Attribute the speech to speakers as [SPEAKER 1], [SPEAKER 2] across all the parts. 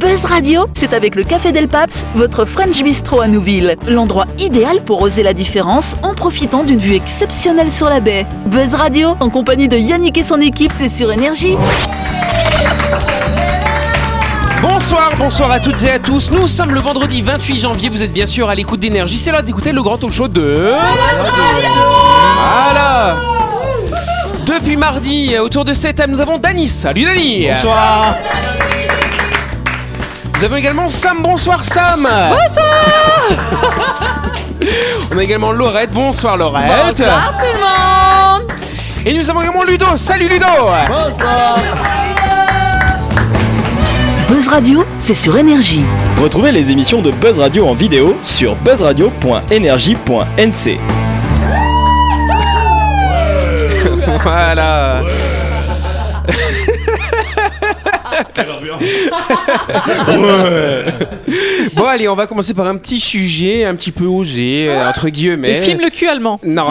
[SPEAKER 1] Buzz Radio, c'est avec le Café Del Paps, votre French Bistro à Nouville. L'endroit idéal pour oser la différence en profitant d'une vue exceptionnelle sur la baie. Buzz Radio, en compagnie de Yannick et son équipe, c'est sur Énergie.
[SPEAKER 2] Bonsoir, bonsoir à toutes et à tous. Nous sommes le vendredi 28 janvier. Vous êtes bien sûr à l'écoute d'énergie. C'est l'heure d'écouter le grand talk show de. Voilà Depuis mardi, euh, autour de cette table, nous avons Dany. Salut Dany Bonsoir Nous avons également Sam. Bonsoir Sam Bonsoir On a également Laurette. Bonsoir Laurette Bonsoir tout le monde Et nous avons également Ludo. Salut Ludo
[SPEAKER 1] Buzz Radio, c'est sur Énergie.
[SPEAKER 3] Retrouvez les émissions de Buzz Radio en vidéo sur buzzradio.energie.nc.
[SPEAKER 2] Voilà Bon allez, on va commencer par un petit sujet un petit peu osé, euh, entre guillemets.
[SPEAKER 4] Et filme le cul allemand.
[SPEAKER 2] Non,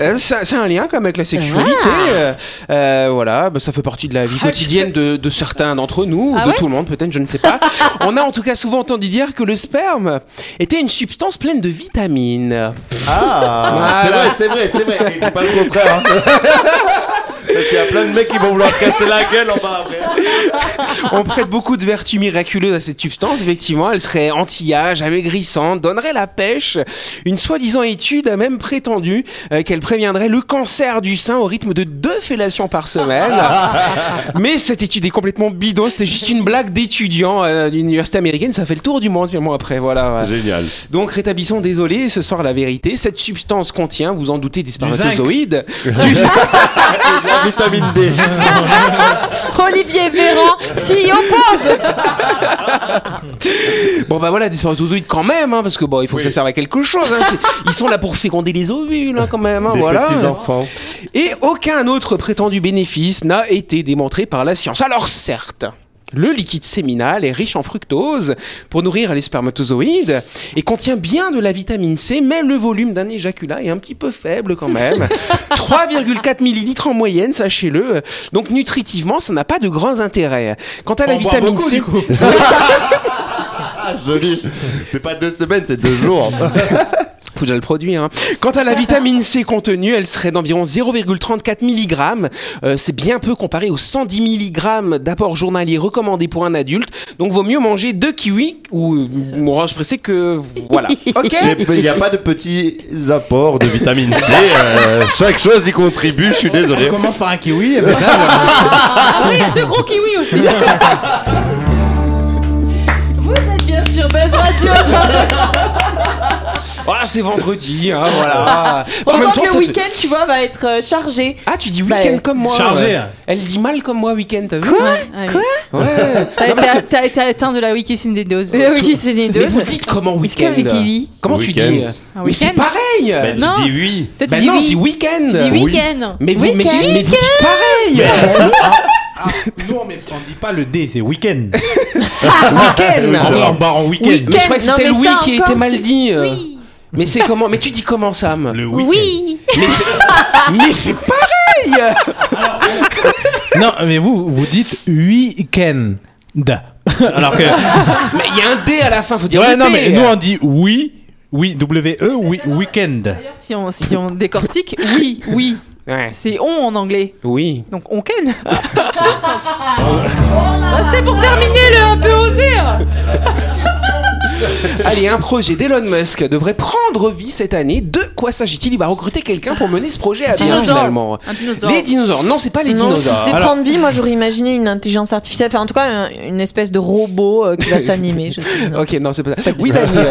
[SPEAKER 2] Euh, ça- c'est un lien quand même avec la sexualité.
[SPEAKER 4] Ah.
[SPEAKER 2] euh, euh, voilà, bah, ça fait partie de la vie quotidienne de, de certains d'entre nous, ou
[SPEAKER 4] Ah
[SPEAKER 2] de
[SPEAKER 4] ouais
[SPEAKER 2] tout le monde peut-être, je ne sais pas. On a en tout cas souvent entendu dire que le sperme était une substance pleine de vitamines.
[SPEAKER 5] Ah,
[SPEAKER 2] Voilà.
[SPEAKER 5] c'est vrai, c'est vrai, c'est vrai. Mais dis pas le contraire. hein. Parce qu'il y a plein de mecs qui vont vouloir casser la gueule en bas après.
[SPEAKER 2] On prête beaucoup de vertus miraculeuses à cette substance. Effectivement, elle serait anti-âge, amaigrissante, donnerait la pêche. Une soi-disant étude a même prétendu euh, qu'elle préviendrait le cancer du sein au rythme de deux fellations par semaine. Mais cette étude est complètement bidon. C'était juste une blague d'étudiants euh, d'une université américaine. Ça fait le tour du monde finalement après. Voilà.
[SPEAKER 5] Génial.
[SPEAKER 2] Donc rétablissons, désolé, ce soir la vérité. Cette substance contient, vous en doutez, des spermatozoïdes.
[SPEAKER 5] La vitamine D.
[SPEAKER 4] Olivier Véran, s'y oppose.
[SPEAKER 2] Bon bah voilà, des spermatozoïdes quand même, hein, parce que bon, il faut que ça serve à quelque chose. hein. C'est- Ils sont là pour féconder les ovules hein, quand même. hein,
[SPEAKER 5] Des
[SPEAKER 2] voilà.
[SPEAKER 5] petits enfants.
[SPEAKER 2] Et aucun autre prétendu bénéfice n'a été démontré par la science. Alors certes. Le liquide séminal est riche en fructose pour nourrir les spermatozoïdes et contient bien de la vitamine C, mais le volume d'un éjaculat est un petit peu faible quand même. 3,4 millilitres en moyenne, sachez-le. Donc nutritivement, ça n'a pas de grands intérêts. Quant à la
[SPEAKER 5] en boire
[SPEAKER 2] vitamine
[SPEAKER 5] beaucoup,
[SPEAKER 2] C,
[SPEAKER 5] du Ah, joli. C'est pas deux semaines, c'est deux jours.
[SPEAKER 2] Faut déjà le produit. Hein. Quant à la vitamine C contenue, elle serait d'environ 0,34 mg. Euh, c'est bien peu comparé aux 110 mg d'apport journalier recommandé pour un adulte. Donc vaut mieux manger deux kiwis ou euh, orange pressé que voilà. Ok.
[SPEAKER 5] Il n'y a pas de petits apports de vitamine C. euh, chaque chose y contribue, je suis désolé.
[SPEAKER 6] commence par un kiwi et ben là,
[SPEAKER 4] Ah oui, il y a deux gros kiwis aussi. Vous êtes bien sur Buzz Radio.
[SPEAKER 2] Ah c'est vendredi. Hein, voilà.
[SPEAKER 4] On sent que
[SPEAKER 2] ça
[SPEAKER 4] le
[SPEAKER 2] fait-
[SPEAKER 4] week-end, tu vois, va être euh, chargé.
[SPEAKER 2] Ah tu dis
[SPEAKER 4] Bah,
[SPEAKER 2] week-end comme moi.
[SPEAKER 6] chargé.
[SPEAKER 2] ouais. Elle dit mal comme moi week-end. T'as vu
[SPEAKER 4] Quoi ah T'as t'as été atteint de la Wikisine des doses. La Wikisine des
[SPEAKER 2] Mais vous dites comment
[SPEAKER 4] Est-ce que
[SPEAKER 2] week-end
[SPEAKER 4] le kiwi
[SPEAKER 2] Comment tu dis
[SPEAKER 5] Week-end.
[SPEAKER 4] Un
[SPEAKER 2] Mais c'est
[SPEAKER 4] week-end
[SPEAKER 2] pareil.
[SPEAKER 5] Ben,
[SPEAKER 4] Non.
[SPEAKER 5] tu dis oui.
[SPEAKER 4] Toi, tu
[SPEAKER 2] Ben
[SPEAKER 4] dis
[SPEAKER 2] non,
[SPEAKER 4] oui.
[SPEAKER 2] je dis week-end.
[SPEAKER 4] Tu dis
[SPEAKER 5] Oui.
[SPEAKER 4] week-end.
[SPEAKER 2] Mais vous, mais,
[SPEAKER 4] Week-end.
[SPEAKER 2] mais vous dites pareil.
[SPEAKER 6] Ah, nous on, met, on dit pas le D, c'est week-end.
[SPEAKER 2] Week-end.
[SPEAKER 6] On va en barre en week-end.
[SPEAKER 2] Mais je crois que
[SPEAKER 4] Non,
[SPEAKER 2] c'était
[SPEAKER 4] mais
[SPEAKER 2] le oui
[SPEAKER 4] ça
[SPEAKER 2] qui
[SPEAKER 4] encore,
[SPEAKER 2] était mal
[SPEAKER 4] c'est-
[SPEAKER 2] dit. euh.
[SPEAKER 4] Oui.
[SPEAKER 2] Mais c'est comment Mais tu dis comment, Sam
[SPEAKER 6] Le week-end.
[SPEAKER 4] Oui.
[SPEAKER 2] Mais c'est- Mais c'est pareil
[SPEAKER 6] Non, mais vous, vous dites week-end. Alors que.
[SPEAKER 2] Mais il y a un D à la fin, faut dire
[SPEAKER 6] Ouais,
[SPEAKER 2] le hein.
[SPEAKER 6] non,
[SPEAKER 2] D.
[SPEAKER 6] mais nous on dit oui, oui, W-E, oui, week-end.
[SPEAKER 4] D'ailleurs, si on, si on décortique, oui, oui.
[SPEAKER 2] Ouais.
[SPEAKER 4] C'est on en anglais.
[SPEAKER 2] Oui.
[SPEAKER 4] Donc on ken. Bah, C'était pour terminer le un peu osé. hein.
[SPEAKER 2] Allez, un projet d'Elon Musk devrait prendre vie cette année. De quoi s'agit-il Il va recruter quelqu'un pour mener ce projet à bien
[SPEAKER 7] Dinosaure.
[SPEAKER 2] finalement.
[SPEAKER 4] Un dinosaure.
[SPEAKER 2] Les dinosaures. Non, c'est pas les
[SPEAKER 7] Non, si
[SPEAKER 2] dinosaures.
[SPEAKER 7] c'est
[SPEAKER 6] Alors-
[SPEAKER 7] prendre vie, moi j'aurais imaginé une intelligence artificielle, enfin en tout cas un- une espèce de robot euh, qui va s'animer. je sais pas.
[SPEAKER 2] Ok, non, c'est pas ça. Oui, Daniel.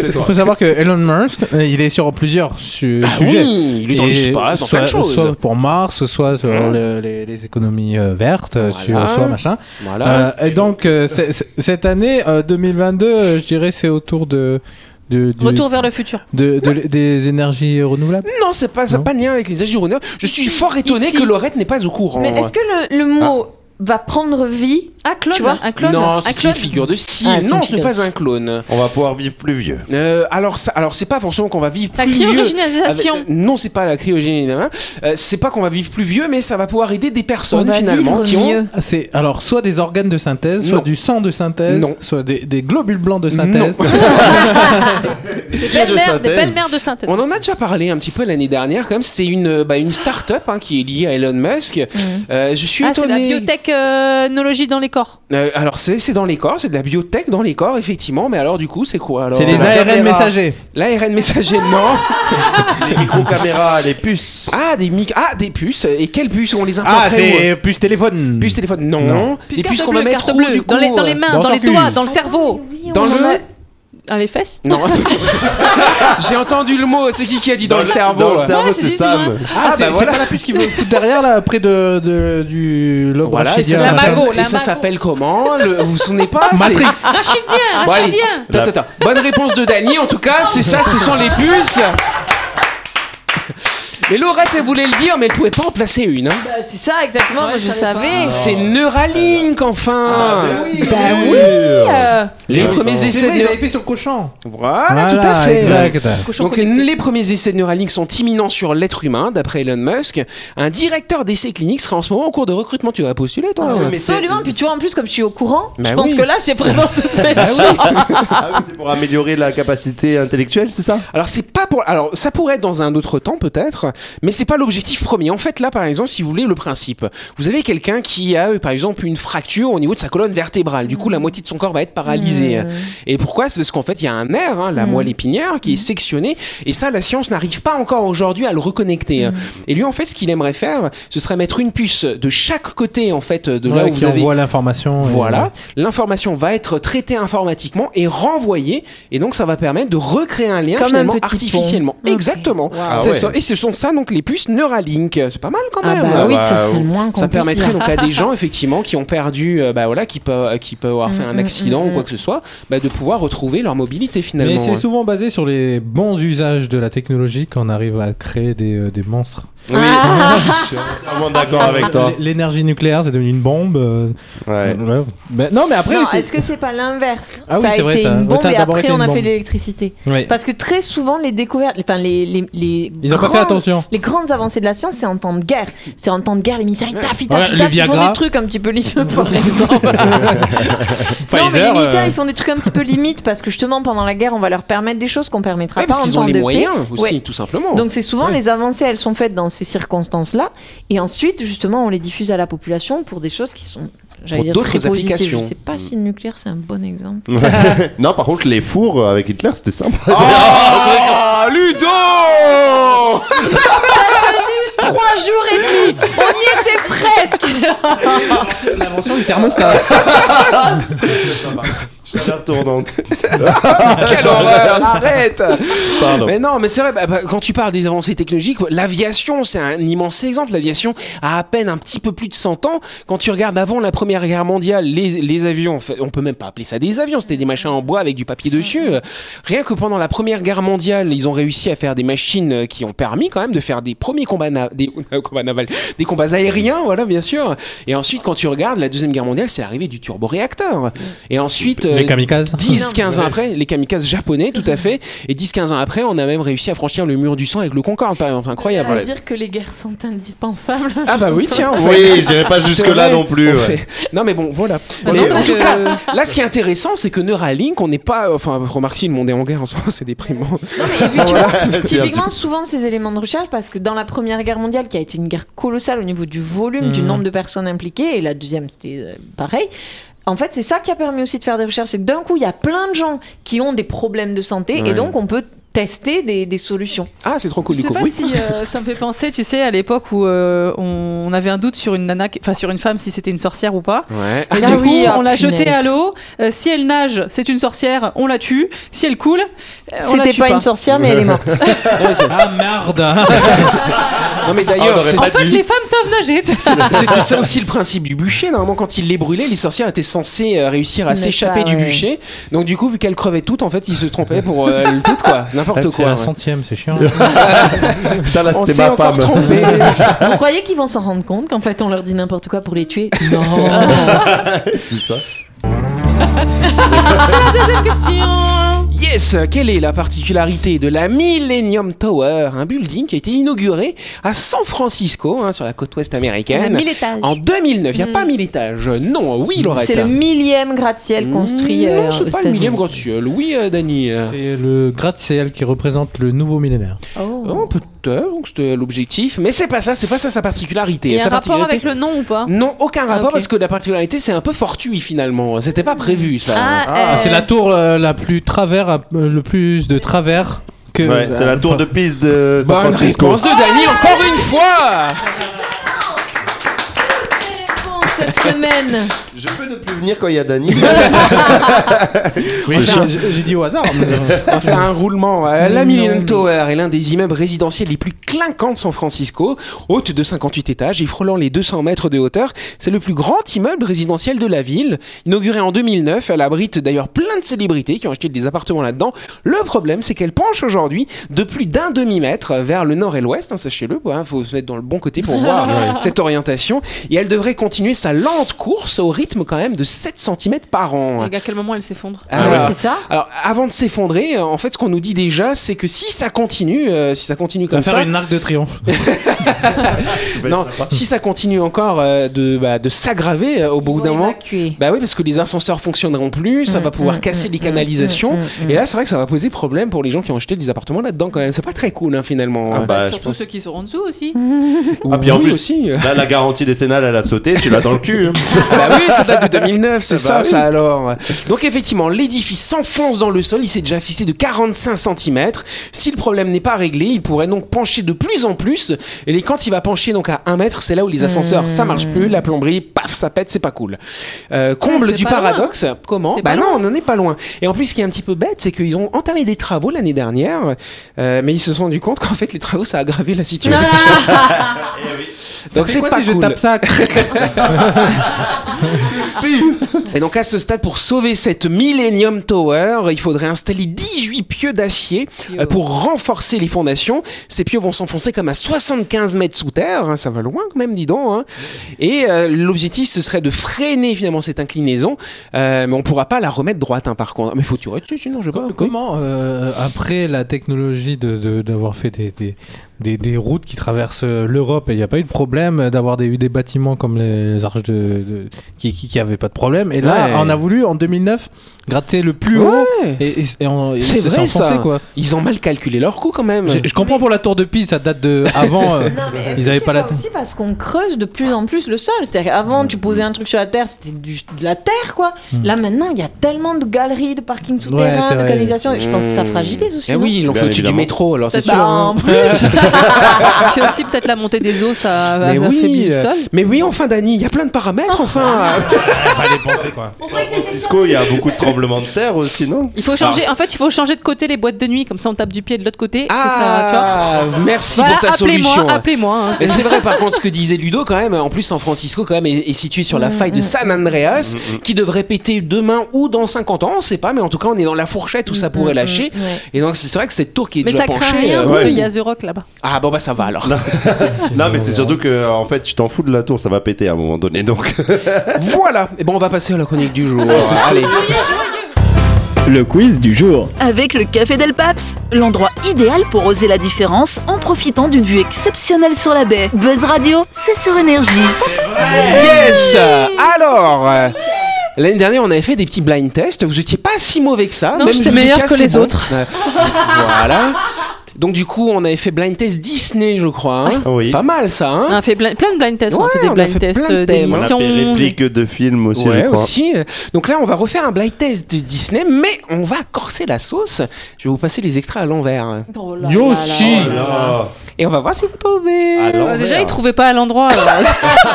[SPEAKER 2] c'est
[SPEAKER 6] Il
[SPEAKER 2] toi.
[SPEAKER 6] faut savoir que Elon Musk, euh, il est sur plusieurs su-
[SPEAKER 2] Ah
[SPEAKER 6] sujets.
[SPEAKER 2] oui, il est dans
[SPEAKER 6] Et
[SPEAKER 2] l'espace, dans
[SPEAKER 6] soit,
[SPEAKER 2] plein de choses.
[SPEAKER 6] soit pour Mars, soit sur
[SPEAKER 2] Hein
[SPEAKER 6] le- les, les économies euh, vertes, euh,
[SPEAKER 2] Voilà.
[SPEAKER 6] sur, soit machin.
[SPEAKER 2] Voilà.
[SPEAKER 6] Euh, et donc, euh, c'est- c'est- cette année euh, 2022, euh, je dirais, c'est autour de. de- du-
[SPEAKER 4] Retour vers le futur.
[SPEAKER 6] de- de- des énergies renouvelables.
[SPEAKER 2] Non, c'est pas, ça a
[SPEAKER 6] non.
[SPEAKER 2] pas de lien avec les agironneurs. Je suis fort étonné
[SPEAKER 7] Iti.
[SPEAKER 2] que Laurette n'est pas au courant.
[SPEAKER 7] Mais est-ce que le, le mot va prendre vie.
[SPEAKER 4] Un clone,
[SPEAKER 7] Tu vois
[SPEAKER 4] un clone,
[SPEAKER 2] Ah. non,
[SPEAKER 4] un
[SPEAKER 2] c'est
[SPEAKER 4] clone.
[SPEAKER 2] une figure de style.
[SPEAKER 7] Ah, c'est
[SPEAKER 2] non,
[SPEAKER 7] une
[SPEAKER 2] ce n'est
[SPEAKER 7] figure de
[SPEAKER 2] pas un clone.
[SPEAKER 5] On va pouvoir vivre plus vieux.
[SPEAKER 2] Euh, alors, ça, alors c'est pas forcément qu'on va vivre
[SPEAKER 4] La
[SPEAKER 2] plus vieux. avec-
[SPEAKER 4] cryogénisation.
[SPEAKER 2] euh, non, c'est pas la cryogénisation. Euh, c'est pas qu'on va vivre plus vieux, mais ça va pouvoir aider des
[SPEAKER 7] On
[SPEAKER 2] personnes
[SPEAKER 7] va
[SPEAKER 2] finalement
[SPEAKER 7] vivre
[SPEAKER 2] qui ont.
[SPEAKER 7] mieux.
[SPEAKER 6] Ah, C'est alors soit des organes de synthèse, soit
[SPEAKER 2] Non.
[SPEAKER 6] du sang de synthèse,
[SPEAKER 2] Non.
[SPEAKER 6] soit des, des globules blancs de synthèse.
[SPEAKER 2] euh,
[SPEAKER 4] Des
[SPEAKER 5] Fille de
[SPEAKER 4] belles-mères, des
[SPEAKER 5] synthèse.
[SPEAKER 4] belles-mères de synthèse. Ah,
[SPEAKER 2] On en a déjà parlé un petit peu l'année dernière. Comme c'est une euh, bah, une start-up hein, qui est liée à Elon Musk. Euh, je suis
[SPEAKER 4] Mm. Ah, c'est la
[SPEAKER 2] étonné.
[SPEAKER 4] biotechnologie dans les corps.
[SPEAKER 2] Euh, alors c'est c'est dans les corps, c'est de la biotech dans les corps effectivement. Mais alors du coup c'est quoi alors
[SPEAKER 6] C'est les
[SPEAKER 2] Euh,
[SPEAKER 6] ARN messagers.
[SPEAKER 2] L'ARN messager non.
[SPEAKER 5] Les micro-caméras, les puces.
[SPEAKER 2] Ah des mic ah des puces. Et quelles puces on les
[SPEAKER 6] Ah,
[SPEAKER 2] implanterait où
[SPEAKER 6] c'est puce téléphone.
[SPEAKER 2] Puces téléphone non.
[SPEAKER 6] Non.
[SPEAKER 2] Des puces
[SPEAKER 4] carte
[SPEAKER 2] qu'on va
[SPEAKER 4] bleue,
[SPEAKER 2] mettre
[SPEAKER 4] carte
[SPEAKER 2] où,
[SPEAKER 4] bleue,
[SPEAKER 2] du coup,
[SPEAKER 4] dans les, dans les
[SPEAKER 2] euh,
[SPEAKER 4] mains,
[SPEAKER 6] dans
[SPEAKER 4] dans,
[SPEAKER 6] son
[SPEAKER 4] les
[SPEAKER 6] cul.
[SPEAKER 4] doigts, dans le
[SPEAKER 7] Ah,
[SPEAKER 4] cerveau,
[SPEAKER 2] dans le
[SPEAKER 4] dans les fesses.
[SPEAKER 2] Non. J'ai entendu le mot. C'est qui qui a dit dans, le cerveau
[SPEAKER 5] Dans
[SPEAKER 2] là
[SPEAKER 5] le cerveau,
[SPEAKER 4] Ouais,
[SPEAKER 5] c'est
[SPEAKER 4] j'ai dit,
[SPEAKER 5] Sam.
[SPEAKER 6] Ah,
[SPEAKER 2] bah
[SPEAKER 6] c'est c'est
[SPEAKER 2] voilà.
[SPEAKER 6] pas la puce qui veut foutre derrière là, près de, de- du lobe
[SPEAKER 2] Voilà, et ça
[SPEAKER 6] rachidien.
[SPEAKER 4] La
[SPEAKER 2] s'appelle-
[SPEAKER 4] mago,
[SPEAKER 2] et
[SPEAKER 4] la
[SPEAKER 2] ça
[SPEAKER 4] mago.
[SPEAKER 2] s'appelle comment le- Vous vous souvenez pas c'est- Ah,
[SPEAKER 6] Matrix.
[SPEAKER 4] Rachidien,
[SPEAKER 2] Bon, allez.
[SPEAKER 4] rachidien.
[SPEAKER 2] Attends, attends, attends. Bonne réponse de Dany, en tout cas, c'est ça, ce sont les puces. Mais Laurette, elle voulait le dire, mais elle pouvait pas en placer une. hein.
[SPEAKER 7] Bah, c'est ça, exactement. moi,
[SPEAKER 4] Ouais,
[SPEAKER 7] je
[SPEAKER 4] je savais
[SPEAKER 7] savais.
[SPEAKER 2] C'est Neuralink, enfin Ben
[SPEAKER 7] Euh,
[SPEAKER 2] Les premiers
[SPEAKER 6] Ah, Ben C'est
[SPEAKER 2] essais
[SPEAKER 6] vrai,
[SPEAKER 2] de
[SPEAKER 6] ils
[SPEAKER 2] Neur-
[SPEAKER 6] avaient fait sur Cochon.
[SPEAKER 2] Voilà, tout à fait.
[SPEAKER 6] Exact.
[SPEAKER 2] Donc, les premiers essais de Neuralink sont imminents sur l'être humain, d'après Elon Musk. Un directeur d'essais cliniques sera en ce moment en cours de recrutement. Tu vas postuler, toi euh
[SPEAKER 7] Ah,
[SPEAKER 2] ouais.
[SPEAKER 7] Absolument. Puis tu vois, en plus, comme je suis au courant,
[SPEAKER 2] Bah
[SPEAKER 7] je pense
[SPEAKER 2] oui. Bah
[SPEAKER 7] que là, j'ai vraiment tout fait.
[SPEAKER 5] Ah oui, c'est pour améliorer la capacité intellectuelle, c'est ça
[SPEAKER 2] Alors c'est pas pour alors ça pourrait être dans un autre temps peut-être, mais c'est pas l'objectif premier. En fait là par exemple si vous voulez le principe, vous avez quelqu'un qui a euh, par exemple une fracture au niveau de sa colonne vertébrale. Du coup la moitié de son corps va être
[SPEAKER 7] Mmh.
[SPEAKER 2] paralysée. Et pourquoi C'est parce qu'en fait il y a un nerf, hein,
[SPEAKER 7] Mm.
[SPEAKER 2] la moelle épinière qui est sectionnée et ça la science n'arrive pas encore aujourd'hui à le reconnecter. hein.
[SPEAKER 7] Mm.
[SPEAKER 2] Et lui en fait ce qu'il aimerait faire, ce serait mettre une puce de chaque côté en fait de là
[SPEAKER 6] Ouais,
[SPEAKER 2] où
[SPEAKER 6] qui
[SPEAKER 2] vous avez
[SPEAKER 6] envoie l'information. et-
[SPEAKER 2] voilà, l'information va être traitée informatiquement et renvoyée, et donc ça va permettre de recréer un lien
[SPEAKER 7] Comme un
[SPEAKER 2] finalement
[SPEAKER 7] petit pont.
[SPEAKER 2] artificiellement.
[SPEAKER 7] Ok.
[SPEAKER 2] Exactement.
[SPEAKER 5] Ah
[SPEAKER 2] C'est
[SPEAKER 5] ouais.
[SPEAKER 2] ça. Et ce sont ça donc les puces Neuralink. C'est pas mal quand
[SPEAKER 7] Ah
[SPEAKER 2] même.
[SPEAKER 7] bah oui, ça
[SPEAKER 5] bah,
[SPEAKER 7] c'est le moins qu'on
[SPEAKER 2] Ça
[SPEAKER 7] puisse
[SPEAKER 2] permettrait
[SPEAKER 7] dire.
[SPEAKER 2] donc à des gens effectivement qui ont perdu, euh, bah voilà, qui peuvent, qui peuvent avoir fait un
[SPEAKER 7] mm,
[SPEAKER 2] accident
[SPEAKER 7] mm,
[SPEAKER 2] ou quoi que ce soit, bah, de pouvoir retrouver leur mobilité
[SPEAKER 6] Mais
[SPEAKER 2] finalement. hein.
[SPEAKER 6] c'est souvent basé sur les bons usages de la technologie qu'on arrive à créer des, euh, des monstres.
[SPEAKER 7] Ah,
[SPEAKER 5] Entièrement d'accord avec toi.
[SPEAKER 6] L- L'énergie nucléaire, c'est devenu une bombe. euh,
[SPEAKER 5] Ouais.
[SPEAKER 6] ouais. Mais- non, mais après,
[SPEAKER 7] non,
[SPEAKER 6] c'est-
[SPEAKER 7] est-ce que c'est pas l'inverse
[SPEAKER 6] Ah oui,
[SPEAKER 7] Ça a
[SPEAKER 6] c'est
[SPEAKER 7] été
[SPEAKER 6] vrai, ça.
[SPEAKER 7] une bombe
[SPEAKER 6] Ça a
[SPEAKER 7] et
[SPEAKER 6] d'abord
[SPEAKER 7] après
[SPEAKER 6] été
[SPEAKER 7] on
[SPEAKER 6] une
[SPEAKER 7] a fait
[SPEAKER 6] bombe.
[SPEAKER 7] l'électricité.
[SPEAKER 6] Ouais.
[SPEAKER 7] Parce que très souvent les découvertes, enfin les les les
[SPEAKER 6] ils ont pas fait
[SPEAKER 7] grandes-
[SPEAKER 6] attention.
[SPEAKER 7] Les grandes avancées de la science, c'est en temps de guerre. C'est en temps de guerre, les militaires, ils taffent, ils taffent,
[SPEAKER 6] Voilà,
[SPEAKER 7] ils
[SPEAKER 6] le
[SPEAKER 7] taffent, ils font
[SPEAKER 6] Viagra.
[SPEAKER 7] des trucs un petit peu limites, par exemple. non, mais les
[SPEAKER 6] Pfizer,
[SPEAKER 7] militaires,
[SPEAKER 6] euh,
[SPEAKER 7] ils font des trucs un petit peu limites parce que justement, pendant la guerre, on va leur permettre des choses qu'on permettra
[SPEAKER 2] Ouais,
[SPEAKER 7] pas
[SPEAKER 2] parce
[SPEAKER 7] en
[SPEAKER 2] qu'ils
[SPEAKER 7] temps
[SPEAKER 2] ont les
[SPEAKER 7] de
[SPEAKER 2] moyens
[SPEAKER 7] paix.
[SPEAKER 2] aussi,
[SPEAKER 7] Ouais.
[SPEAKER 2] tout simplement.
[SPEAKER 7] Donc c'est souvent
[SPEAKER 2] Oh, Ouais.
[SPEAKER 7] les avancées, elles sont faites dans ces circonstances-là, et ensuite justement on les diffuse à la population pour des choses qui sont, j'allais
[SPEAKER 2] Pour
[SPEAKER 7] dire
[SPEAKER 2] d'autres
[SPEAKER 7] très positives. Je
[SPEAKER 2] applications.
[SPEAKER 7] sais pas si le nucléaire c'est un bon exemple.
[SPEAKER 5] non, par contre, les fours euh, avec Hitler, c'était sympa.
[SPEAKER 2] Ah, Ludo
[SPEAKER 7] Trois jours et demi, on y était presque.
[SPEAKER 6] L'invention du thermostat.
[SPEAKER 5] Chaleur tournante.
[SPEAKER 2] Quelle horreur Arrête
[SPEAKER 5] Pardon.
[SPEAKER 2] Mais non, mais c'est vrai, bah, bah, quand tu parles des avancées technologiques, l'aviation, c'est un immense exemple. L'aviation a à peine un petit peu plus de 100 ans. Quand tu regardes avant la Première Guerre mondiale, les, les avions, en fait, on peut même pas appeler ça des avions, c'était des machins en bois avec du papier dessus. Euh, Rien que pendant la Première Guerre mondiale, ils ont réussi à faire des machines euh, qui ont permis quand même de faire des premiers combats, na- des, euh, combats navals, des combats aériens, voilà, bien sûr. Et ensuite, quand tu regardes la Deuxième Guerre mondiale, c'est l'arrivée du turboréacteur. Et ensuite... euh,
[SPEAKER 6] les kamikazes.
[SPEAKER 2] 10, 15 ans après, les kamikazes japonais, tout à fait. Et 10, 15 ans après, on a même réussi à franchir le mur du sang avec le Concorde, par exemple. Incroyable.
[SPEAKER 7] À dire que les guerres sont indispensables.
[SPEAKER 2] Ah bah oui, tiens. on fait- Ah,
[SPEAKER 5] Oui, j'irai pas
[SPEAKER 2] C'est
[SPEAKER 5] jusque-là
[SPEAKER 2] vrai,
[SPEAKER 5] non plus.
[SPEAKER 2] on
[SPEAKER 5] ouais.
[SPEAKER 2] fait- Non mais bon, voilà.
[SPEAKER 6] Ah
[SPEAKER 2] Mais
[SPEAKER 6] non,
[SPEAKER 2] en
[SPEAKER 6] parce
[SPEAKER 2] tout
[SPEAKER 6] que-
[SPEAKER 2] cas, là, ce qui est intéressant, c'est que Neuralink, on n'est pas. Enfin, remarquez, si le monde est en guerre en ce moment, c'est déprimant.
[SPEAKER 7] Non, mais et puis, tu vois,
[SPEAKER 5] C'est un petit
[SPEAKER 7] typiquement, souvent ces éléments de recherche, parce que dans la Première Guerre mondiale, qui a été une guerre colossale au niveau du volume, du
[SPEAKER 2] Mmh.
[SPEAKER 6] Mhm.
[SPEAKER 7] nombre de personnes impliquées, et la deuxième, c'était euh, pareil. En fait, c'est ça qui a permis aussi de faire des recherches. C'est que d'un coup, il y a plein de gens qui ont des problèmes de santé,
[SPEAKER 2] Ouais.
[SPEAKER 7] et donc on peut tester des, des solutions.
[SPEAKER 2] Ah, c'est trop cool
[SPEAKER 4] Je
[SPEAKER 2] du
[SPEAKER 4] sais
[SPEAKER 2] coup.
[SPEAKER 4] pas
[SPEAKER 2] Oui.
[SPEAKER 4] si euh, ça me fait penser, tu sais, à l'époque où euh, on, on avait un doute sur une nana, qui- enfin sur une femme si c'était une sorcière ou pas.
[SPEAKER 2] Ouais.
[SPEAKER 4] Et
[SPEAKER 7] Ah
[SPEAKER 4] du
[SPEAKER 7] oui,
[SPEAKER 4] coup,
[SPEAKER 7] oh
[SPEAKER 4] on l'a jetée
[SPEAKER 7] punaise.
[SPEAKER 4] à l'eau. Euh, si elle nage, c'est une sorcière, on la tue. Si elle coule,
[SPEAKER 7] C'était pas, une sorcière, mais elle est morte.
[SPEAKER 6] Ah merde
[SPEAKER 2] Non, mais
[SPEAKER 5] Ah, on
[SPEAKER 2] d'ailleurs,
[SPEAKER 5] aurait
[SPEAKER 2] c'est-
[SPEAKER 5] pas
[SPEAKER 4] En fait,
[SPEAKER 5] dû.
[SPEAKER 4] les femmes savent nager. tu sais.
[SPEAKER 2] c'était ça aussi le principe du bûcher. Normalement, quand il les brûlait, les sorcières étaient censées euh, réussir à
[SPEAKER 7] N'est
[SPEAKER 2] s'échapper
[SPEAKER 7] pas,
[SPEAKER 2] du
[SPEAKER 7] ouais.
[SPEAKER 2] bûcher. Donc, du coup, vu qu'elles crevaient toutes, en fait, ils se trompaient pour euh, le tout, quoi. N'importe
[SPEAKER 6] C'est
[SPEAKER 2] quoi.
[SPEAKER 6] la
[SPEAKER 2] ouais.
[SPEAKER 6] centième, c'est chiant.
[SPEAKER 5] Putain, là,
[SPEAKER 2] On
[SPEAKER 5] c'était
[SPEAKER 2] s'est
[SPEAKER 5] ma
[SPEAKER 2] encore
[SPEAKER 5] femme.
[SPEAKER 2] trompé. Ah.
[SPEAKER 7] Vous croyez qu'ils vont s'en rendre compte qu'en fait on leur dit n'importe quoi pour les tuer Non.
[SPEAKER 5] C'est ça.
[SPEAKER 4] Question.
[SPEAKER 2] Yes, quelle est la particularité de la Millennium Tower, un building qui a été inauguré à San Francisco, hein, sur la côte ouest américaine,
[SPEAKER 7] étages.
[SPEAKER 2] en 2009. Il n'y a
[SPEAKER 7] Mm.
[SPEAKER 2] pas 1000 étages. Non, oui, Laurette.
[SPEAKER 7] C'est le millième gratte-ciel construit.
[SPEAKER 2] Non,
[SPEAKER 7] euh,
[SPEAKER 2] c'est
[SPEAKER 7] aux
[SPEAKER 2] pas le millième
[SPEAKER 7] États-Unis.
[SPEAKER 2] grand ciel. Oui, euh, Dany. euh.
[SPEAKER 6] C'est le gratte-ciel qui représente le nouveau millénaire.
[SPEAKER 7] Oh.
[SPEAKER 2] Oh, peut-être, donc c'était l'objectif. Mais c'est pas ça, c'est pas ça sa particularité.
[SPEAKER 4] Il y a
[SPEAKER 2] Sa
[SPEAKER 4] un rapport
[SPEAKER 2] particularité-
[SPEAKER 4] avec le nom ou pas
[SPEAKER 2] Non, aucun rapport
[SPEAKER 4] ok.
[SPEAKER 2] parce que la particularité c'est un peu fortuit finalement. C'était pas prévu ça.
[SPEAKER 6] Ah, c'est la tour euh, la plus travers, euh, le plus de travers que.
[SPEAKER 5] Ouais, c'est la tour de piste de San
[SPEAKER 2] Bonne
[SPEAKER 5] Francisco.
[SPEAKER 2] réponse de Dany Bah, encore une fois.
[SPEAKER 7] Cette semaine.
[SPEAKER 5] Je peux ne plus venir quand il y a Dani.
[SPEAKER 6] Oui, j'ai- j'ai j'ai dit au hasard. mais, euh,
[SPEAKER 2] On va faire un roulement. Euh, La
[SPEAKER 6] Non,
[SPEAKER 2] Millennium
[SPEAKER 6] mais-
[SPEAKER 2] Tower est l'un des immeubles résidentiels les plus clinquants de San Francisco. Haute de 58 étages et frôlant les 200 mètres de hauteur, c'est le plus grand immeuble résidentiel de la ville. Inaugurée en 2009, elle abrite d'ailleurs plein de célébrités qui ont acheté des appartements là-dedans. Le problème, c'est qu'elle penche aujourd'hui de plus d'un demi-mètre vers le nord et l'ouest. hein, Sachez-le, il faut se mettre dans le bon côté pour voir cette orientation. Et elle devrait continuer sa lente course au rythme quand même de 7 cm par an.
[SPEAKER 4] À quel moment elle s'effondre
[SPEAKER 2] Ah ouais.
[SPEAKER 7] C'est ça
[SPEAKER 2] Alors, avant de s'effondrer, euh, en fait, ce qu'on nous dit déjà, c'est que si ça continue, euh, si ça continue
[SPEAKER 6] on va
[SPEAKER 2] comme
[SPEAKER 6] faire
[SPEAKER 2] ça,
[SPEAKER 6] une arc de triomphe.
[SPEAKER 2] non, si ça continue encore euh, de, bah, de s'aggraver euh, au bout d'un moment, bah oui, parce que les ascenseurs fonctionneront plus, ça va pouvoir casser les canalisations. Et là, c'est vrai que ça va poser problème pour les gens qui ont acheté des appartements là-dedans quand même. C'est pas très cool, hein, finalement.
[SPEAKER 5] Ah
[SPEAKER 2] Euh,
[SPEAKER 5] bah, je
[SPEAKER 4] Surtout
[SPEAKER 5] pense-
[SPEAKER 4] ceux qui sont en dessous aussi.
[SPEAKER 5] Ah, puis en
[SPEAKER 2] oui,
[SPEAKER 5] plus-
[SPEAKER 2] aussi. euh.
[SPEAKER 5] Là, la garantie décennale, elle a sauté, tu l'as dans le cul. hein.
[SPEAKER 2] bah oui, ça date de 2009, c'est ça,
[SPEAKER 6] Ah
[SPEAKER 5] Bah oui.
[SPEAKER 2] ça alors. Donc effectivement, l'édifice s'enfonce dans le sol, il s'est déjà fixé de 45 cm. Si le problème n'est pas réglé, il pourrait donc pencher de plus en plus. Et les- quand il va pencher donc à 1 mètre, c'est là où les ascenseurs, ça marche plus, la plomberie, paf, ça pète, c'est pas cool. Euh, comble
[SPEAKER 4] c'est
[SPEAKER 2] du
[SPEAKER 4] pas
[SPEAKER 2] paradoxe, comment
[SPEAKER 4] C'est
[SPEAKER 2] Bah
[SPEAKER 4] pas
[SPEAKER 2] non, on n'en est pas loin. Et en plus, ce qui est un petit peu bête, c'est qu'ils ont entamé des travaux l'année dernière, euh, mais ils se sont rendu compte qu'en fait, les travaux, ça a aggravé la situation.
[SPEAKER 6] Eh
[SPEAKER 2] donc c'est
[SPEAKER 6] quoi
[SPEAKER 2] pas
[SPEAKER 6] si je
[SPEAKER 2] cool.
[SPEAKER 6] tape ça
[SPEAKER 2] Et donc à ce stade, pour sauver cette Millennium Tower, il faudrait installer 18 pieux d'acier euh, pour renforcer les fondations. Ces pieux vont s'enfoncer comme à 75 mètres sous terre, hein, ça va loin quand même, dis donc. hein. Et euh, l'objectif, ce serait de freiner finalement cette inclinaison, Euh, mais on pourra pas la remettre droite hein, par contre. Mais faut tirer dessus, sinon je vais pas.
[SPEAKER 6] Comment, euh, après la technologie d'avoir de, d'avoir fait des, des, des, des routes qui traversent euh, l'Europe, et il n'y a pas eu de problème euh, d'avoir des- eu des bâtiments comme les arches de, de- qui n'avaient qui, qui avaient pas de problème. Et là,
[SPEAKER 2] Ouais.
[SPEAKER 6] on a voulu en 2009 gratter le plus haut.
[SPEAKER 2] Ouais.
[SPEAKER 6] Et, et- et on- et
[SPEAKER 2] C'est
[SPEAKER 6] se
[SPEAKER 2] vrai,
[SPEAKER 6] enfoncer,
[SPEAKER 2] ça.
[SPEAKER 6] quoi.
[SPEAKER 2] Ils ont mal calculé leur coût quand même. Eh
[SPEAKER 6] Je, je comprends pour la tour de Pise, ça date de avant. euh,
[SPEAKER 7] Non, mais est-ce
[SPEAKER 6] ils
[SPEAKER 7] que
[SPEAKER 6] avaient
[SPEAKER 7] c'est
[SPEAKER 6] pas la.
[SPEAKER 7] aussi parce qu'on creuse de plus en plus le sol. C'est-à-dire qu'avant, tu posais un truc sur la terre, c'était du- de la terre, quoi. Là, maintenant, il y a tellement de galeries, de parkings souterrains,
[SPEAKER 6] c'est
[SPEAKER 7] de
[SPEAKER 6] vrai.
[SPEAKER 7] canalisations. Je pense que ça fragilise aussi.
[SPEAKER 2] Eh
[SPEAKER 7] non
[SPEAKER 2] oui, ils l'ont
[SPEAKER 5] Bien
[SPEAKER 2] fait au-dessus du
[SPEAKER 5] évidemment.
[SPEAKER 2] métro, alors c'est
[SPEAKER 4] Peut-être
[SPEAKER 2] sûr.
[SPEAKER 7] Bah,
[SPEAKER 2] hein.
[SPEAKER 7] en plus,
[SPEAKER 4] Puis aussi, peut-être la montée des eaux, ça a
[SPEAKER 2] Mais
[SPEAKER 4] affaibli
[SPEAKER 2] oui,
[SPEAKER 4] le
[SPEAKER 2] euh,
[SPEAKER 4] sol.
[SPEAKER 2] mais oui, enfin, Dani, il y a plein de paramètres, enfin.
[SPEAKER 5] San Francisco, il y a beaucoup de tremblements de terre aussi, non
[SPEAKER 4] Il faut changer, en fait, il faut changer de côté les boîtes de nuit, comme ça on tape du pied de l'autre côté. et ça, tu vois.
[SPEAKER 2] Ah, merci
[SPEAKER 4] Voilà,
[SPEAKER 2] pour ta solution.
[SPEAKER 4] appelez-moi, appelez-moi. hein.
[SPEAKER 2] Mais c'est vrai par contre ce que disait Ludo quand même. En plus San Francisco quand même est, est situé sur
[SPEAKER 4] Mm,
[SPEAKER 2] la faille de San Andreas
[SPEAKER 5] Mm,
[SPEAKER 2] qui devrait péter demain ou dans 50 ans, on sait pas, mais en tout cas on est dans la fourchette
[SPEAKER 4] Mm,
[SPEAKER 2] où ça pourrait lâcher.
[SPEAKER 7] ouais.
[SPEAKER 2] Et donc c'est vrai que cette tour qui est
[SPEAKER 4] Mais
[SPEAKER 2] déjà
[SPEAKER 4] ça craint
[SPEAKER 2] penchée.
[SPEAKER 4] rien,
[SPEAKER 2] euh,
[SPEAKER 4] parce
[SPEAKER 5] ouais.
[SPEAKER 4] qu'il y a The Rock là-bas.
[SPEAKER 2] Ah bon bah ça va alors.
[SPEAKER 5] Mm. Non, mais c'est surtout que, euh, en fait, tu t'en fous de la tour, ça va péter à un moment donné, donc.
[SPEAKER 2] voilà. Et bon on va passer à la chronique du jour. Allez.
[SPEAKER 3] Le quiz du jour.
[SPEAKER 1] Avec le Café Del Paps, l'endroit idéal pour oser la différence en profitant d'une vue exceptionnelle sur la baie. Buzz Radio, c'est sur énergie.
[SPEAKER 2] Yes. Alors. euh, L'année dernière, on avait fait des petits blind tests. Vous étiez pas si mauvais que ça.
[SPEAKER 4] Non,
[SPEAKER 2] Même
[SPEAKER 4] j'étais
[SPEAKER 2] vous étiez
[SPEAKER 4] meilleur que
[SPEAKER 2] assez
[SPEAKER 4] les
[SPEAKER 2] bon.
[SPEAKER 4] autres.
[SPEAKER 2] Euh, voilà. Donc du coup, on avait fait blind test Disney, je crois. hein.
[SPEAKER 5] Oui.
[SPEAKER 2] Pas mal ça, hein
[SPEAKER 4] On a fait plein, plein de blind tests, on a
[SPEAKER 2] Ouais,
[SPEAKER 4] fait
[SPEAKER 2] on
[SPEAKER 4] des
[SPEAKER 2] a
[SPEAKER 4] blind
[SPEAKER 2] fait
[SPEAKER 4] tests
[SPEAKER 2] plein de
[SPEAKER 4] euh,
[SPEAKER 2] thèmes. On
[SPEAKER 5] On a
[SPEAKER 4] d'émissions.
[SPEAKER 5] fait réplique de films aussi,
[SPEAKER 2] ouais,
[SPEAKER 5] je crois.
[SPEAKER 2] aussi. Donc là, on va refaire un blind test de Disney, mais on va corser la sauce. Je vais vous passer les extraits à l'envers.
[SPEAKER 7] Oh là
[SPEAKER 6] Yoshi.
[SPEAKER 7] là là là.
[SPEAKER 2] Et on va voir si vous tombez.
[SPEAKER 5] À
[SPEAKER 4] Euh,
[SPEAKER 5] l'envers.
[SPEAKER 4] Déjà, ils trouvaient pas à l'endroit. euh, alors.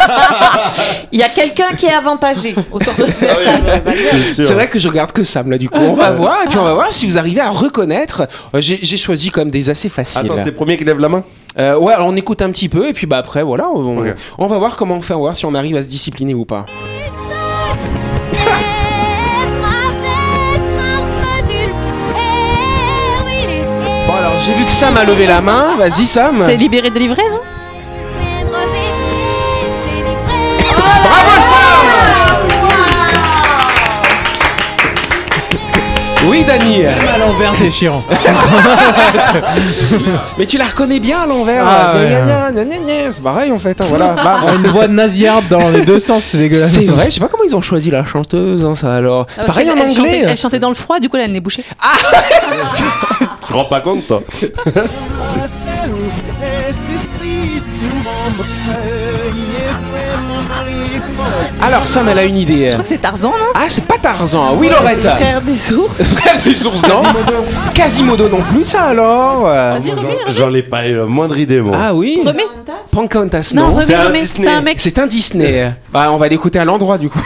[SPEAKER 2] Ah.
[SPEAKER 7] Il y a quelqu'un qui est avantagé autour de cette
[SPEAKER 5] oui.
[SPEAKER 7] table, on va dire.
[SPEAKER 5] C'est sûr.
[SPEAKER 2] C'est vrai que je regarde que Sam là du coup. On va voir et puis on va voir si vous arrivez à reconnaître. Euh, J'ai j'ai choisi comme des assez faciles.
[SPEAKER 5] Attends, c'est le premier qui lève la main
[SPEAKER 2] Euh, ouais, alors on écoute un petit peu et puis bah après voilà, on,
[SPEAKER 5] Ok.
[SPEAKER 2] on va voir comment on fait, on va voir si on arrive à se discipliner ou pas. Bon alors j'ai vu que Sam a levé la main. Vas-y Sam.
[SPEAKER 4] C'est libéré, délivré, non
[SPEAKER 2] Oui Dani.
[SPEAKER 6] À l'envers, c'est chiant.
[SPEAKER 2] Mais tu la reconnais bien à l'envers.
[SPEAKER 6] Ah, ouais.
[SPEAKER 2] Gna, gna, gna, gna, gna. C'est pareil en fait. hein, voilà. Bah,
[SPEAKER 6] Une voix de nasillarde dans les deux sens, c'est dégueulasse.
[SPEAKER 2] C'est vrai, je sais pas comment ils ont choisi la chanteuse, hein, ça alors.
[SPEAKER 4] Ah, parce
[SPEAKER 2] Pareil
[SPEAKER 4] qu'elle-
[SPEAKER 2] en
[SPEAKER 4] elle chantait-
[SPEAKER 2] anglais. hein.
[SPEAKER 4] elle chantait dans le froid, du coup, elle Ah, a le nez bouché.
[SPEAKER 5] Tu te rends pas compte, toi
[SPEAKER 2] Alors Sam, elle a une idée.
[SPEAKER 4] Je crois que c'est Tarzan, non
[SPEAKER 2] Ah, c'est pas Tarzan. Oui, Laurette.
[SPEAKER 7] Frère des ours.
[SPEAKER 2] Frère du source, non Quasimodo non plus, ça alors euh.
[SPEAKER 4] Vas-y, remets, remets.
[SPEAKER 5] J'en ai pas eu la moindre idée, moi.
[SPEAKER 2] Ah oui
[SPEAKER 4] Remets.
[SPEAKER 2] Pancantas,
[SPEAKER 4] Non,
[SPEAKER 2] non
[SPEAKER 5] c'est
[SPEAKER 4] remets,
[SPEAKER 5] un
[SPEAKER 4] remets.
[SPEAKER 5] Disney.
[SPEAKER 4] C'est un mec.
[SPEAKER 2] C'est un Disney. Bah, on va l'écouter à l'endroit du coup.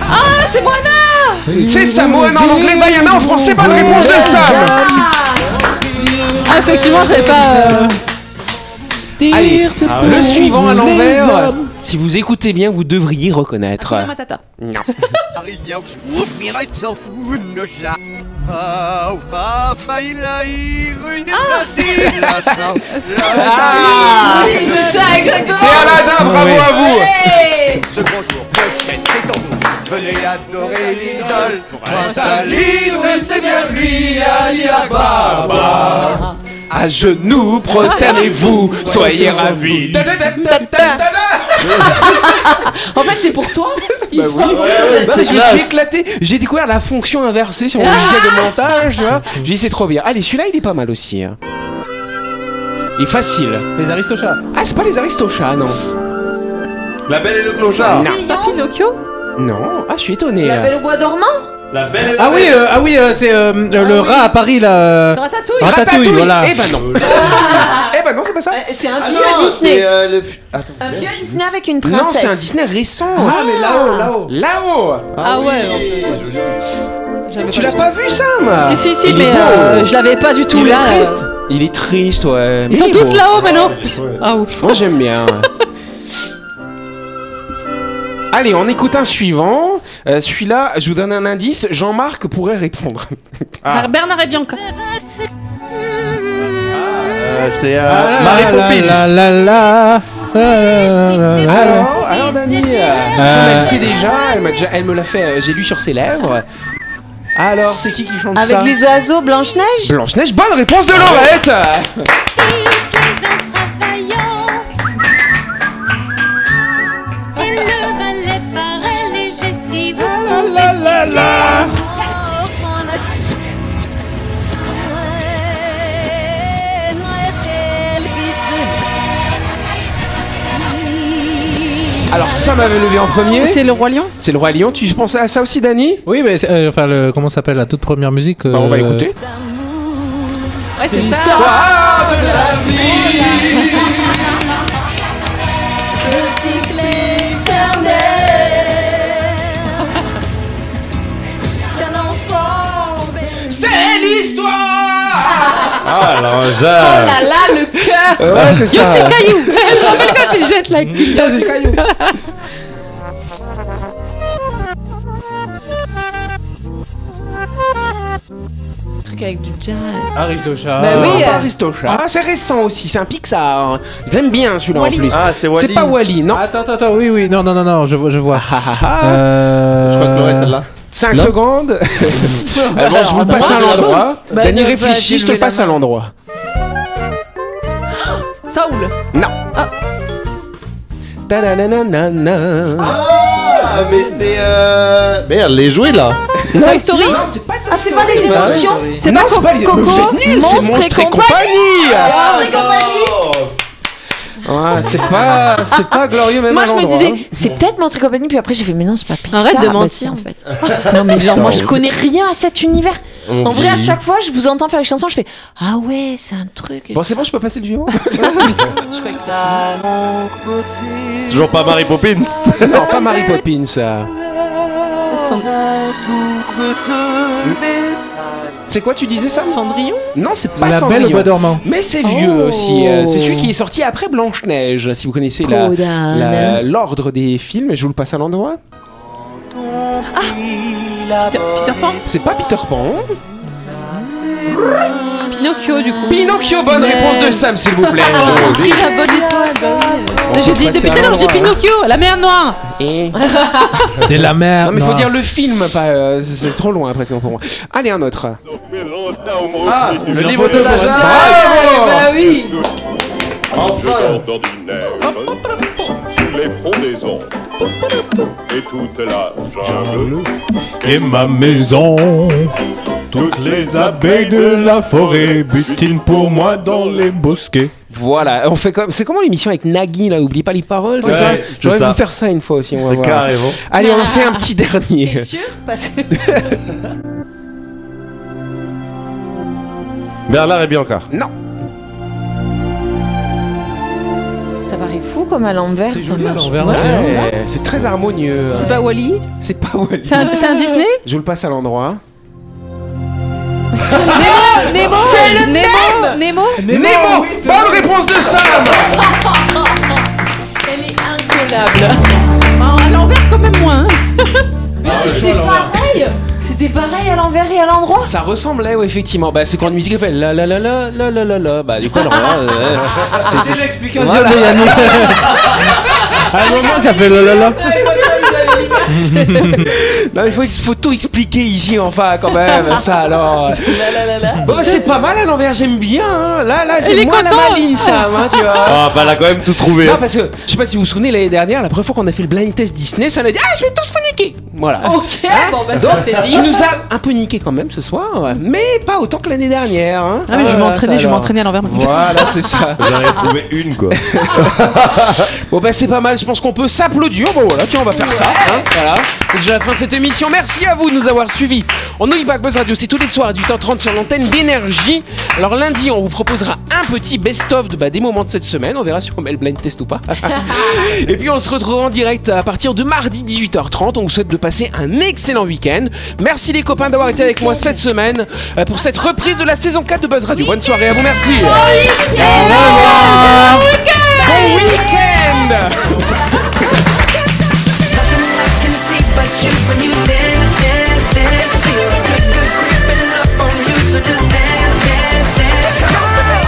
[SPEAKER 4] Ah, c'est Moana
[SPEAKER 2] C'est Samoan en anglais, Bayana en français, pas de réponse de Sam
[SPEAKER 4] Ah, effectivement, j'avais pas. euh,
[SPEAKER 2] Allez,
[SPEAKER 5] Ah ouais.
[SPEAKER 2] le suivant à l'envers, si vous écoutez bien, vous devriez reconnaître.
[SPEAKER 4] Hakuna Matata.
[SPEAKER 2] Non.
[SPEAKER 8] Oh, bah,
[SPEAKER 2] Ah
[SPEAKER 4] Oui, c'est ça, exactement.
[SPEAKER 2] C'est Aladdin,
[SPEAKER 8] Ah.
[SPEAKER 2] bravo
[SPEAKER 6] Ouais.
[SPEAKER 2] à vous À genoux,
[SPEAKER 4] Ah,
[SPEAKER 2] prosternez-vous, soyez ravis
[SPEAKER 7] En fait, c'est pour toi.
[SPEAKER 2] Bah
[SPEAKER 5] Ah,
[SPEAKER 2] oui. Non, mais je me suis éclaté. J'ai découvert la fonction inversée
[SPEAKER 4] Ah.
[SPEAKER 2] sur mon logiciel de montage. tu vois. J'ai dit c'est trop bien. Allez, celui-là il est pas mal aussi. hein. Il est facile.
[SPEAKER 6] Les aristochats.
[SPEAKER 2] Ah, c'est pas les Aristochats, non.
[SPEAKER 5] La belle et le clochard
[SPEAKER 4] C'est pas Pinocchio
[SPEAKER 2] Non. Ah, je suis étonné.
[SPEAKER 7] La belle au bois dormant
[SPEAKER 5] La belle et la
[SPEAKER 6] Ah oui, euh, ah oui, euh, c'est euh, le- le rat à Paris là. euh,
[SPEAKER 4] Ratatouille
[SPEAKER 6] Ratatouille, voilà.
[SPEAKER 2] Eh ben non. eh ben non, c'est pas ça.
[SPEAKER 7] Euh, C'est un
[SPEAKER 5] Ah
[SPEAKER 7] vieux
[SPEAKER 5] non, c'est,
[SPEAKER 7] Disney.
[SPEAKER 5] euh, le f- Attends.
[SPEAKER 7] Un vieux Disney avec une
[SPEAKER 2] Non, c'est un
[SPEAKER 7] princesse.
[SPEAKER 2] Disney récent.
[SPEAKER 6] Ah mais là-haut, là-haut.
[SPEAKER 2] Là-haut.
[SPEAKER 4] Ah ouais,
[SPEAKER 7] J'avais
[SPEAKER 2] Tu
[SPEAKER 7] pas
[SPEAKER 2] l'as
[SPEAKER 7] vu.
[SPEAKER 2] pas vu, Sam
[SPEAKER 4] Si, si, si,
[SPEAKER 2] Il est
[SPEAKER 4] mais
[SPEAKER 2] beau.
[SPEAKER 4] euh, je l'avais pas du tout
[SPEAKER 2] Il est
[SPEAKER 4] là.
[SPEAKER 2] triste.
[SPEAKER 4] euh.
[SPEAKER 2] Il est triste, ouais.
[SPEAKER 4] Ils sont tous là-haut maintenant. Ah ouf.
[SPEAKER 2] Moi, j'aime bien. Allez, on écoute un suivant. Euh, Celui-là, je vous donne un indice. Jean-Marc pourrait répondre. Ah.
[SPEAKER 4] Par Bernard et Bianca.
[SPEAKER 5] Euh, c'est euh,
[SPEAKER 6] Ah,
[SPEAKER 5] Marie
[SPEAKER 6] la,
[SPEAKER 5] Poppins.
[SPEAKER 6] La la la. Ah, la, la, la, la, la.
[SPEAKER 2] Alors, alors Dani, euh, Sam, elle sait déjà. Elle, m'a déjà- elle me l'a fait. euh, J'ai lu sur ses lèvres. Alors, c'est qui qui chante ça
[SPEAKER 7] Avec les oiseaux, Blanche-Neige
[SPEAKER 2] Blanche-Neige, bonne réponse de Laurette
[SPEAKER 6] Ah,
[SPEAKER 2] Alors, ça m'avait levé en premier.
[SPEAKER 4] C'est le roi lion
[SPEAKER 2] C'est le Roi Lion. Tu pensais à ça aussi, Dani
[SPEAKER 6] Oui, mais c'est- euh, enfin, le, comment ça s'appelle la toute première musique
[SPEAKER 2] Bah, On va
[SPEAKER 6] euh,
[SPEAKER 2] écouter.
[SPEAKER 4] Ouais, c'est ça.
[SPEAKER 2] C'est l'histoire
[SPEAKER 5] Ah, l'ange.
[SPEAKER 7] Ah là, le cœur Mm.
[SPEAKER 2] Ouais, c'est ça.
[SPEAKER 4] Caillou Je me rappelle quand il jette la cuillère.
[SPEAKER 7] Un truc avec du jazz.
[SPEAKER 6] Aristochats.
[SPEAKER 7] Bah oui.
[SPEAKER 2] Pas
[SPEAKER 7] euh.
[SPEAKER 2] Aristochat. Ah, c'est récent aussi, c'est un Pixar. J'aime bien celui-là en
[SPEAKER 4] Wall-E.
[SPEAKER 2] plus.
[SPEAKER 5] Ah, c'est Wally.
[SPEAKER 2] C'est pas Wally, non
[SPEAKER 6] Attends, attends, attends, oui, oui, non, non, non, non, je vois, je vois.
[SPEAKER 2] Ah, ah, ah.
[SPEAKER 6] Euh,
[SPEAKER 5] Je crois que Laurette est là.
[SPEAKER 2] 5
[SPEAKER 6] Non.
[SPEAKER 2] secondes. Alors, je
[SPEAKER 7] Ah,
[SPEAKER 2] vous le passe à l'endroit.
[SPEAKER 7] Bah,
[SPEAKER 2] Dany
[SPEAKER 7] bah,
[SPEAKER 2] réfléchit,
[SPEAKER 7] bah,
[SPEAKER 2] je te le
[SPEAKER 7] levez la
[SPEAKER 2] passe à
[SPEAKER 7] main.
[SPEAKER 2] l'endroit.
[SPEAKER 4] Saoul.
[SPEAKER 2] Ta-da-na-na-na-na.
[SPEAKER 5] Ah, mais c'est. Euh... Merde, les jouets là.
[SPEAKER 4] Toy Story.
[SPEAKER 2] Non, c'est pas Toy
[SPEAKER 7] Ah, c'est pas les émotions C'est
[SPEAKER 2] Non,
[SPEAKER 7] pas,
[SPEAKER 2] c'est
[SPEAKER 7] Co-
[SPEAKER 2] pas les-
[SPEAKER 7] Coco,
[SPEAKER 2] Mais vous êtes nuls, c'est
[SPEAKER 7] Monstre, et compagnie Ah, et compagnie.
[SPEAKER 2] Voilà, c'était pas, c'était pas glorieux même
[SPEAKER 7] Moi,
[SPEAKER 2] à
[SPEAKER 7] je me
[SPEAKER 2] l'endroit,
[SPEAKER 7] disais,
[SPEAKER 2] hein.
[SPEAKER 7] c'est peut-être Monstre et compagnie, puis après, j'ai fait, mais non, c'est pas Pixar.
[SPEAKER 9] Arrête de
[SPEAKER 7] Bah,
[SPEAKER 9] mentir.
[SPEAKER 7] si, en fait. non, mais genre, moi, je connais rien à cet univers. En vrai, à chaque fois, je vous entends faire les chansons, je fais, ah ouais, c'est un truc.
[SPEAKER 2] Bon, c'est bon, je peux passer le suivant
[SPEAKER 6] Ah.
[SPEAKER 5] C'est toujours pas Mary Poppins.
[SPEAKER 2] Non, pas Mary Poppins. ça. C'est quoi, tu disais ça
[SPEAKER 4] Cendrillon
[SPEAKER 2] Non, c'est pas
[SPEAKER 6] la belle au
[SPEAKER 2] Cendrillon.
[SPEAKER 6] bois dormant.
[SPEAKER 2] Mais c'est vieux
[SPEAKER 7] Oh.
[SPEAKER 2] aussi. euh, C'est celui qui est sorti après Blanche-Neige, si vous connaissez la-
[SPEAKER 7] Codan.
[SPEAKER 2] la- l'ordre des films. Je vous le passe à l'endroit.
[SPEAKER 4] Peter, Peter Pan
[SPEAKER 2] C'est pas Peter Pan. hein.
[SPEAKER 9] Pinocchio, du coup.
[SPEAKER 2] Pinocchio, bonne
[SPEAKER 4] Yes.
[SPEAKER 2] réponse de Sam, s'il vous plaît.
[SPEAKER 4] Ah,
[SPEAKER 9] Pris la bonne étoile. bah oui.
[SPEAKER 2] On
[SPEAKER 4] Je
[SPEAKER 2] peut
[SPEAKER 4] dis
[SPEAKER 2] passer à hein.
[SPEAKER 4] depuis tout à l'heure, je dis
[SPEAKER 2] l'endroit.
[SPEAKER 4] Pinocchio, la mer noire
[SPEAKER 2] Et-
[SPEAKER 6] C'est la merde.
[SPEAKER 2] Non, mais faut dire le film, pas. euh, c'est- c'est trop loin après c'est pour moi. Allez, un autre.
[SPEAKER 5] Ah, le livre de la jungle.
[SPEAKER 2] Bravo
[SPEAKER 9] Bah oui.
[SPEAKER 10] Enfin d'ordinaire, sous les frondaisons, et toute la jungle,
[SPEAKER 8] Et ma maison, toutes les abeilles de la forêt butinent pour moi dans les bosquets.
[SPEAKER 2] Voilà, on fait comme. C'est comment l'émission avec Nagui là Oublie pas les paroles, c'est
[SPEAKER 5] Ouais,
[SPEAKER 2] ça
[SPEAKER 5] c'est
[SPEAKER 2] J'aurais
[SPEAKER 5] ça.
[SPEAKER 2] vous faire ça une fois aussi, on va voir.
[SPEAKER 5] Carrément.
[SPEAKER 2] Allez, on en fait un petit dernier.
[SPEAKER 9] T'es sûr Parce que.
[SPEAKER 5] Bernard et Bianca.
[SPEAKER 7] Ça paraît fou comme à l'envers.
[SPEAKER 6] C'est
[SPEAKER 7] ça
[SPEAKER 6] joli à
[SPEAKER 7] marche.
[SPEAKER 6] l'envers.
[SPEAKER 2] Ouais, c'est très harmonieux.
[SPEAKER 4] C'est pas Bah, Wally
[SPEAKER 2] C'est pas Wally.
[SPEAKER 4] C'est un, c'est un Disney
[SPEAKER 2] Je vous le passe à l'endroit.
[SPEAKER 4] Nemo le Nemo Nemo
[SPEAKER 2] Nemo, Bonne réponse de Sam
[SPEAKER 9] Elle est incollable.
[SPEAKER 4] À l'envers quand même moins hein.
[SPEAKER 7] C'était pareil C'était pareil à l'envers et à l'endroit
[SPEAKER 2] Ça ressemblait, ouais, effectivement. Bah, c'est quand une musique elle fait la la la la la la la la. Bah, du coup, alors là. euh, c'est- c'est-
[SPEAKER 6] l'explication de Yannick. Ah, À un moment, ça fait la la
[SPEAKER 2] Non, mais faut, ex- faut tout expliquer ici, enfin, quand même. ça, alors. Bon, bah, c'est pas mal à l'envers, j'aime bien. hein. Là, là, elle fait moins la maline, Sam, hein, tu vois.
[SPEAKER 5] Ah, bah, elle a quand même tout trouvé.
[SPEAKER 2] Non, parce que je sais pas si vous vous souvenez l'année dernière, la première fois qu'on a fait le blind test Disney, ça m'a dit Ah, je vais tous vous niquer Voilà.
[SPEAKER 9] Ok,
[SPEAKER 2] Hein
[SPEAKER 9] bon
[SPEAKER 4] Ah,
[SPEAKER 9] bah
[SPEAKER 2] Donc,
[SPEAKER 9] ça c'est dit.
[SPEAKER 2] tu nous as un peu niqué quand même ce soir, ouais. mais pas autant que l'année dernière. hein.
[SPEAKER 4] Ah mais je vais
[SPEAKER 2] Voilà,
[SPEAKER 4] m'entraîner,
[SPEAKER 2] ça,
[SPEAKER 4] je vais
[SPEAKER 2] alors.
[SPEAKER 4] m'entraîner à l'envers.
[SPEAKER 2] Voilà, c'est ça.
[SPEAKER 5] J'en ai trouvé une, quoi.
[SPEAKER 2] Bon, bah, c'est pas mal, je pense qu'on peut s'applaudir. Bon, voilà, tiens, on va faire ça. hein. Voilà. C'est déjà la fin de cette émission. Merci à vous de nous avoir suivis. On oublie pas que Buzz Radio, c'est tous les soirs à 8h30 sur l'antenne d'énergie. Alors, lundi, on vous proposera un petit best-of de, bah, des moments de cette semaine. On verra si on met le blind test ou pas. Et puis on se retrouve en direct à partir de mardi 18h30. On vous souhaite de passer un excellent week-end. Merci les copains d'avoir été avec moi cette semaine euh, pour cette reprise de la saison 4 de Buzz Radio. Bonne soirée à vous, merci. Bon week-end. Bon week-end.